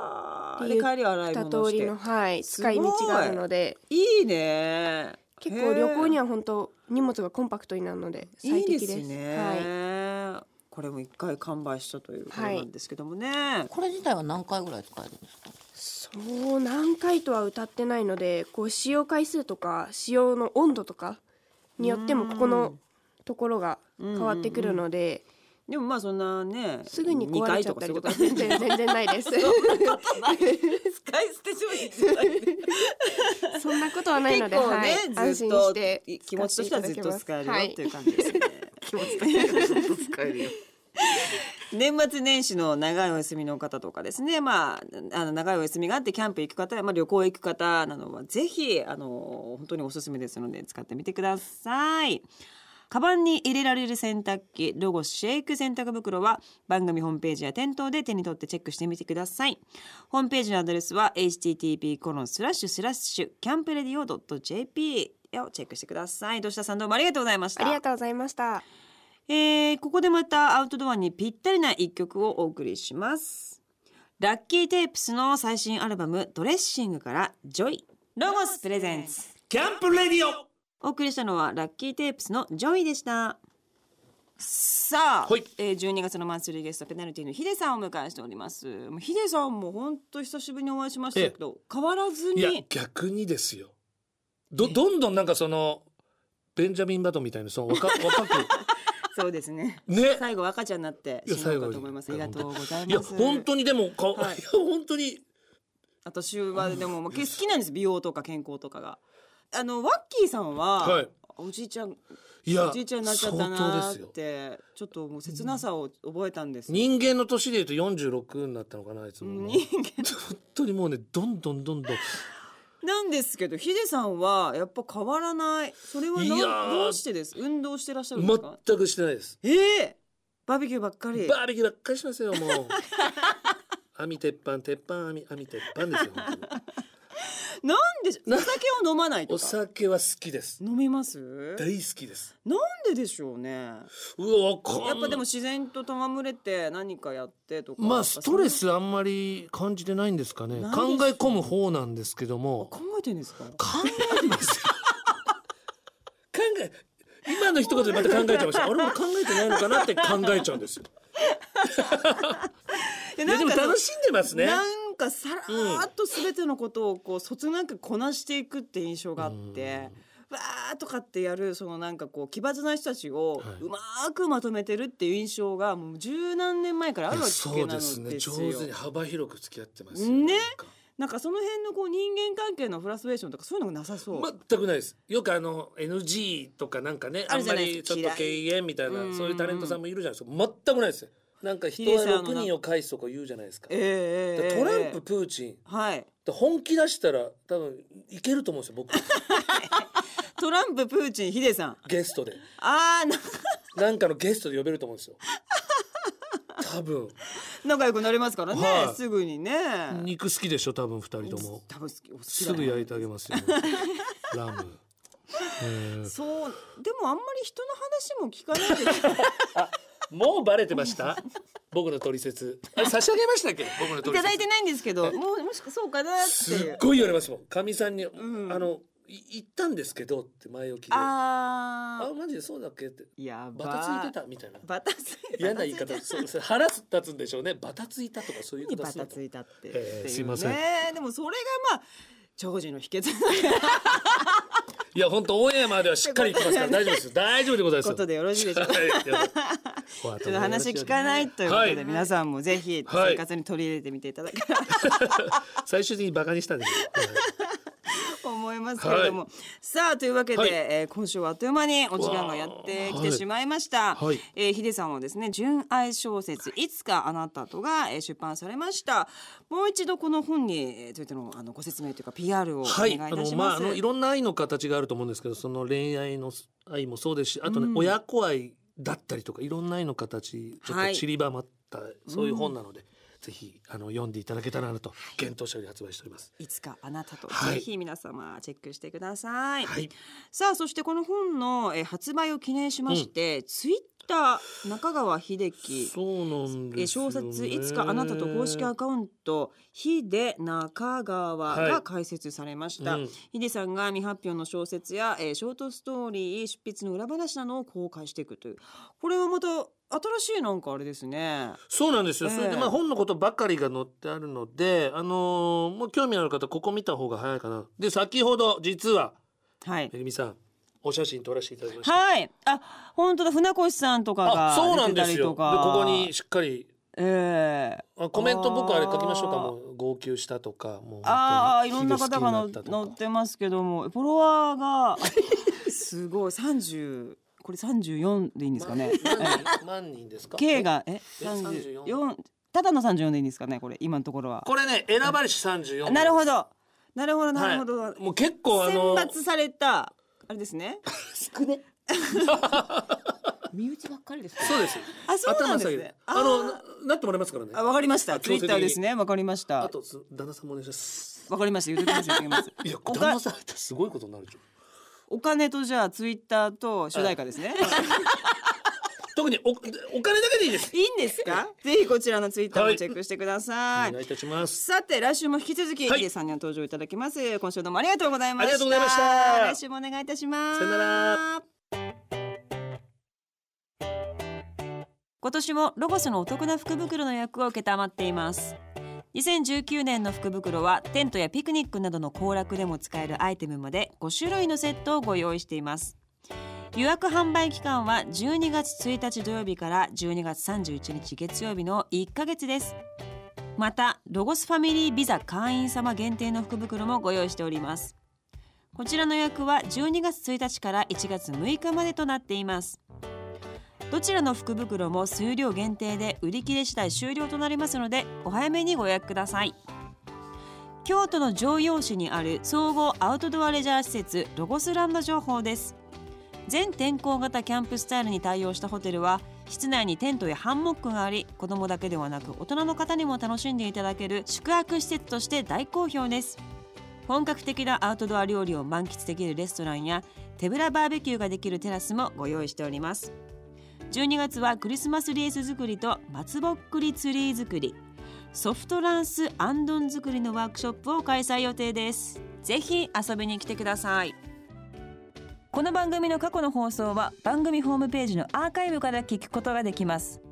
[SPEAKER 1] はあ
[SPEAKER 4] っ
[SPEAKER 1] で
[SPEAKER 4] ていう
[SPEAKER 1] 帰りは洗い
[SPEAKER 4] 二
[SPEAKER 1] 物
[SPEAKER 4] 通
[SPEAKER 1] し
[SPEAKER 4] り
[SPEAKER 1] て
[SPEAKER 4] の、はい、
[SPEAKER 1] すご
[SPEAKER 4] 使
[SPEAKER 1] い
[SPEAKER 4] い道があるので
[SPEAKER 1] いいね
[SPEAKER 4] 結構旅行に
[SPEAKER 1] は
[SPEAKER 4] は本当荷物がコンパクトになるので
[SPEAKER 1] い
[SPEAKER 4] 最
[SPEAKER 1] い
[SPEAKER 4] 適
[SPEAKER 1] で
[SPEAKER 4] です
[SPEAKER 1] すね、
[SPEAKER 4] はい、
[SPEAKER 1] これも一回完売したということ
[SPEAKER 4] はい
[SPEAKER 1] なんですけどもね、
[SPEAKER 3] これ自体は何回ぐらい使えるんですか
[SPEAKER 4] そう何回とは歌ってないのでこう使用回数とか使用の温度とかによってもここのところが変わってくるので。
[SPEAKER 1] でもまあそんなね
[SPEAKER 4] すぐに
[SPEAKER 1] 二
[SPEAKER 4] 壊れ
[SPEAKER 1] 回
[SPEAKER 4] ちゃ
[SPEAKER 1] と
[SPEAKER 4] っ
[SPEAKER 1] か
[SPEAKER 4] た
[SPEAKER 1] そうい
[SPEAKER 4] り
[SPEAKER 1] うこととは
[SPEAKER 4] か全 *laughs* 然全然ないです。
[SPEAKER 1] 使い捨て商品じゃない
[SPEAKER 4] そんなことはないので、
[SPEAKER 1] 結構
[SPEAKER 4] はい
[SPEAKER 1] ね、、
[SPEAKER 4] 安
[SPEAKER 1] ずっ
[SPEAKER 4] 心
[SPEAKER 1] と
[SPEAKER 4] して
[SPEAKER 1] 気持ちとしてはずっと使えるよっていう感じですね、
[SPEAKER 3] 気持ちだけ使えるよ
[SPEAKER 1] 年末年始の長いお休みの方とかですね、まあ、あの長いお休みがあってキャンプ行く方、まあ、旅行行く方などはぜひあの本当におすすめですので使ってみてください。カバンに入れられる洗濯機ロゴシェイク洗濯袋は番組ホームページや店頭で手に取ってチェックしてみてくださいホームページのアドレスは http コロンスラッシュスラッシュキャンプレディオ .jp をチェックしてください土下さんどうもありがとうございました
[SPEAKER 4] ありがとうございました。
[SPEAKER 1] えーここでまたアウトドアにぴったりな一曲をお送りしますラッキーテープスの最新アルバムドレッシングからジョイロゴスプレゼンツ
[SPEAKER 2] キャンプレディオ
[SPEAKER 1] お送りしたのはラッキーテープスのジョイでしたさあ、
[SPEAKER 2] はい
[SPEAKER 1] えー、12月のマンスリーゲストペナルティのヒデさんをお迎えしておりますもうヒデさんも本当久しぶりにお会いしましたけど変わらず
[SPEAKER 2] いや
[SPEAKER 1] に
[SPEAKER 2] 逆にですよどどんどんなんかそのベンジャミン・バトンみたいなその *laughs* 若若く
[SPEAKER 1] そうですね
[SPEAKER 2] ね
[SPEAKER 1] *laughs* 最後赤ちゃんになって
[SPEAKER 2] いや
[SPEAKER 1] 死のうかと思いますあ
[SPEAKER 2] 最
[SPEAKER 1] り
[SPEAKER 2] 後
[SPEAKER 1] がとうございます
[SPEAKER 2] いや本当にでもか、いや本当に
[SPEAKER 1] 私はでも、まあ、好きなんです美容とか健康とかがあのワッキーさんは、
[SPEAKER 2] はい
[SPEAKER 1] おじいちゃん
[SPEAKER 2] いや
[SPEAKER 1] おじいちゃんになっちゃった
[SPEAKER 2] 相
[SPEAKER 1] な
[SPEAKER 2] 当
[SPEAKER 1] ー
[SPEAKER 2] ですよ
[SPEAKER 1] ってちょっともう切なさを覚えたんですけど
[SPEAKER 2] 人間の年でいうと46になったのかなあいつも
[SPEAKER 1] 人間
[SPEAKER 2] 本当にもうねどんどんどんどん
[SPEAKER 1] *laughs* なんですけどヒデさんはやっぱ変わらないそれはない
[SPEAKER 2] やー
[SPEAKER 1] どうしてです運動してらっしゃるんですか、
[SPEAKER 2] 全くしてないです
[SPEAKER 1] ええバーベキューばっかり
[SPEAKER 2] バーベキューばっかりしますよも
[SPEAKER 1] *laughs*
[SPEAKER 2] う網鉄板鉄板網網鉄板ですよ
[SPEAKER 1] *laughs*
[SPEAKER 2] 本当に
[SPEAKER 1] なんでしお酒を飲まないと
[SPEAKER 2] お
[SPEAKER 1] か
[SPEAKER 2] 酒は好きです
[SPEAKER 1] 飲みます
[SPEAKER 2] 大好きです
[SPEAKER 1] なんででしょうねや
[SPEAKER 2] うわわかんない
[SPEAKER 1] っぱでも自然と戯れて何かやってとか
[SPEAKER 2] まあストレ
[SPEAKER 1] ス
[SPEAKER 2] スあんまり感じてないんですかね
[SPEAKER 1] ない
[SPEAKER 2] 考
[SPEAKER 1] です
[SPEAKER 2] え込む方なんですけども
[SPEAKER 1] 考えてんですか
[SPEAKER 2] 考えてますよ考え今の一言でまた考えちゃいました俺も考えてないのかなって考えちゃうんです *laughs* よ
[SPEAKER 1] で
[SPEAKER 2] いやでも
[SPEAKER 1] なんか
[SPEAKER 2] 楽しんでますね
[SPEAKER 1] なんかさらーっと全てのことをこうそつなくこなしていくって印象があって。わーとかってやるそのなんかこう奇抜な人たちを
[SPEAKER 2] はいう
[SPEAKER 1] まーくまとめてるっていう印象がもう十何年前からあるわけな
[SPEAKER 2] そう
[SPEAKER 1] の
[SPEAKER 2] で
[SPEAKER 1] です
[SPEAKER 2] す
[SPEAKER 1] よ
[SPEAKER 2] ね上手に幅広く付き合ってますよ
[SPEAKER 1] ね
[SPEAKER 2] なんか
[SPEAKER 1] なんかその辺のこう人間関係のフラストレーションとかそういうのがなさそう、
[SPEAKER 2] 全くないですよくあの NG とかなんかね
[SPEAKER 1] あ
[SPEAKER 2] あ
[SPEAKER 1] る
[SPEAKER 2] ん
[SPEAKER 1] じゃ
[SPEAKER 2] ま
[SPEAKER 1] ない
[SPEAKER 2] りちょっと敬遠みたいな
[SPEAKER 1] 嫌い
[SPEAKER 2] そういうタレントさんもいるじゃないですか全くないですよなんか人
[SPEAKER 1] ヒデ
[SPEAKER 2] は
[SPEAKER 1] さんの
[SPEAKER 2] 6人を返すとか言うじゃないですか
[SPEAKER 1] ええええええ
[SPEAKER 2] トランププーチン
[SPEAKER 1] はい
[SPEAKER 2] 本気出したら多分いけると思うんですよ *laughs* 僕
[SPEAKER 1] トランププーチンヒデさん
[SPEAKER 2] ゲストで
[SPEAKER 1] あーな
[SPEAKER 2] なんかのゲストで呼べると思う
[SPEAKER 1] *laughs*
[SPEAKER 2] んですよ多分
[SPEAKER 1] 仲良くなりますからね、
[SPEAKER 2] はい
[SPEAKER 1] すぐにね
[SPEAKER 2] 肉好きでしょ多分二人とも
[SPEAKER 1] 多分好きお好きだ
[SPEAKER 2] す
[SPEAKER 1] な
[SPEAKER 2] ぐ焼いてあ
[SPEAKER 1] *laughs*
[SPEAKER 2] げますよラム、えー
[SPEAKER 1] そうでもあんまり人の話も聞かないで *laughs*
[SPEAKER 2] もうバレてました僕の取説あれ差し上げましたっけ僕の
[SPEAKER 1] い
[SPEAKER 2] 取
[SPEAKER 1] ただい
[SPEAKER 2] 説
[SPEAKER 1] てないんですけど、もうもしかそうかなって
[SPEAKER 2] す
[SPEAKER 1] い
[SPEAKER 2] っ
[SPEAKER 1] う。
[SPEAKER 2] ごい言われますもんかみさんに、
[SPEAKER 1] ん
[SPEAKER 2] あのい行ったんですけどって前置きであ
[SPEAKER 1] あ
[SPEAKER 2] マジでそうだっけって
[SPEAKER 1] あ、やば
[SPEAKER 2] バタついてたみたいな
[SPEAKER 1] バタついた。
[SPEAKER 2] 嫌な言い方そうそう腹立つんでしょうねバタついたとかそういう
[SPEAKER 1] 何
[SPEAKER 2] 言い
[SPEAKER 1] バ
[SPEAKER 2] 方する
[SPEAKER 1] タ
[SPEAKER 2] と
[SPEAKER 1] ついたって。
[SPEAKER 2] ええ
[SPEAKER 1] ってうね
[SPEAKER 2] すいません。
[SPEAKER 1] でもそれがまあ長寿の秘訣 *laughs*
[SPEAKER 2] いや本当オンエアまではしっかり行きますから大丈夫ですよ大丈夫でございます
[SPEAKER 1] ことでよろしいでしょうか。
[SPEAKER 2] はい
[SPEAKER 1] *laughs* ちょっと話聞かないということで、
[SPEAKER 2] はい
[SPEAKER 1] 皆さんもぜひ
[SPEAKER 2] はい
[SPEAKER 1] 生活に取り入れてみていただけたら
[SPEAKER 2] 最終的にバカにしたんですよ
[SPEAKER 1] と思いますけれども、さあというわけで、
[SPEAKER 2] はい
[SPEAKER 1] えー今週はあっという間にお時間がやってきてしまいました、
[SPEAKER 2] はいはい
[SPEAKER 1] えーヒデさんはですね純愛小説「いつかあなたと」が、えー出版されましたもう一度この本にえーついてのあのご説明というか PR をお
[SPEAKER 2] は
[SPEAKER 1] 願い
[SPEAKER 2] い、
[SPEAKER 1] い
[SPEAKER 2] あ
[SPEAKER 1] た
[SPEAKER 2] の
[SPEAKER 1] し
[SPEAKER 2] まあ
[SPEAKER 1] ま
[SPEAKER 2] あ
[SPEAKER 1] す、
[SPEAKER 2] のいろんな愛の形があると思うんですけど、その恋愛の愛もそうですし、あとね、
[SPEAKER 1] うん
[SPEAKER 2] 親子愛だったりとかいろんな愛の形ちょっ
[SPEAKER 1] は
[SPEAKER 2] と
[SPEAKER 1] い
[SPEAKER 2] 散りばまった、そういう本なので、ぜひあの読んでいただけたらなと検討者より発売しております。
[SPEAKER 1] いつかあなたと、
[SPEAKER 2] はい
[SPEAKER 1] ぜひ皆様チェックしてください、
[SPEAKER 2] はい、
[SPEAKER 1] さあそしてこの本の、えー発売を記念しまして、ツイッター中川秀樹
[SPEAKER 2] そうなん
[SPEAKER 1] えー
[SPEAKER 2] ですよ、
[SPEAKER 1] 小
[SPEAKER 2] ね。
[SPEAKER 1] 説「いつかあなたと」公式アカウント「ひで中川」が開設されました、
[SPEAKER 2] うん
[SPEAKER 1] ひでさんが未発表の小説や、えーショートストーリー執筆の裏話などを公開していくというこれはまた新しいなんかあれですね
[SPEAKER 2] そうなんですよ。
[SPEAKER 1] ええ
[SPEAKER 2] それでまあ本のことばかりが載ってあるので、あのーもう興味のある方ここ見た方が早いかな。で先ほど実は
[SPEAKER 1] はい
[SPEAKER 2] めぐみさんお写真撮らせていただきました。
[SPEAKER 1] はいあ本当だ船越さんとか
[SPEAKER 2] あ、そうな
[SPEAKER 1] が
[SPEAKER 2] ん
[SPEAKER 1] 出てた
[SPEAKER 2] です
[SPEAKER 1] り
[SPEAKER 2] よ。で
[SPEAKER 1] と
[SPEAKER 2] こ
[SPEAKER 1] か
[SPEAKER 2] こにしっかり
[SPEAKER 1] ええ
[SPEAKER 2] あコメント僕あれ書きましょうか
[SPEAKER 1] あー
[SPEAKER 2] もう号泣したとかもう
[SPEAKER 1] ああい
[SPEAKER 2] 本
[SPEAKER 1] ろ
[SPEAKER 2] 当
[SPEAKER 1] ん
[SPEAKER 2] に
[SPEAKER 1] な方がの
[SPEAKER 2] 火で好きに
[SPEAKER 1] 乗
[SPEAKER 2] なった
[SPEAKER 1] っ
[SPEAKER 2] とか
[SPEAKER 1] てますけどもフォロワーがすごい30これ34でいいんです
[SPEAKER 2] *laughs*
[SPEAKER 1] かね
[SPEAKER 2] 万人万人ですか
[SPEAKER 1] K がえ
[SPEAKER 2] え
[SPEAKER 1] 三十
[SPEAKER 2] 34
[SPEAKER 1] 四ただの三十四でいいんですかねこれ今のところは。
[SPEAKER 2] これね選ばれし三十四
[SPEAKER 1] なるほどなるほどなるほど。
[SPEAKER 2] はい、もう結構あ
[SPEAKER 1] 選
[SPEAKER 2] の
[SPEAKER 1] 抜されたあれですね。
[SPEAKER 3] 少ね。 *laughs* 身内ばっかりですね。
[SPEAKER 2] そうです
[SPEAKER 1] あそうなんです
[SPEAKER 2] 頭下げ
[SPEAKER 1] ね
[SPEAKER 2] る。
[SPEAKER 1] あ
[SPEAKER 2] あのななってもらえますからね
[SPEAKER 1] あわかりました。
[SPEAKER 2] あ
[SPEAKER 1] ツイ
[SPEAKER 2] 強
[SPEAKER 1] ッ
[SPEAKER 2] 制的に
[SPEAKER 1] ターですねわかりまし
[SPEAKER 2] あ
[SPEAKER 1] た。
[SPEAKER 2] とす旦那さんもお願いします
[SPEAKER 1] わかりました言ってきます言ってきます
[SPEAKER 2] *laughs* いや
[SPEAKER 1] お
[SPEAKER 2] 旦
[SPEAKER 1] か
[SPEAKER 2] 那さん入ったらすごいことになるでしょ
[SPEAKER 1] お金とじゃあツイッターと主題歌ですね。
[SPEAKER 2] 特におお金だけでいいです
[SPEAKER 1] いいんですか？ぜひこちらのツイッターもチェックしてくださ
[SPEAKER 2] お願いいたします
[SPEAKER 1] さて来週も引き続き、
[SPEAKER 2] はい
[SPEAKER 1] ヒデさんには登場いただきます今週どうもありがとうございました
[SPEAKER 2] ありがとうございました
[SPEAKER 1] 来週もお願いいたします
[SPEAKER 2] さよなら
[SPEAKER 1] 今年もロゴスのお得な福袋の予約を受けたまっています2019年の福袋はテントやピクニックなどの行楽でも使えるアイテムまで5種類のセットをご用意しています予約販売期間は12月1日土曜日から12月31日月曜日の1ヶ月ですまたロゴスファミリービザ会員様限定の福袋もご用意しておりますこちらの予約は12月1日から1月6日までとなっていますどちらの福袋も数量限定で売り切れ次第終了となりますのでお早めにご予約ください京都の城陽市にある総合アウトドアレジャー施設ロゴスランド情報です全天候型キャンプスタイルに対応したホテルは室内にテントやハンモックがあり子どもだけではなく大人の方にも楽しんでいただける宿泊施設として大好評です本格的なアウトドア料理を満喫できるレストランや手ぶらバーベキューができるテラスもご用意しております12月はクリスマスリース作りと松ぼっくりツリー作りソフトランスアンドン作りのワークショップを開催予定ですぜひ遊びに来てくださいこの番組の過去の放送は番組ホームページのアーカイブから聞くことができます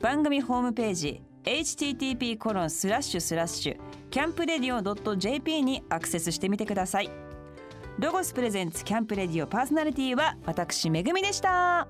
[SPEAKER 1] 番組ホームページ http コロンスラッシュスラッシュキャンプレディオ .jp にアクセスしてみてくださいロゴスプレゼンツキャンプレディオパーソナリティは私めぐみでした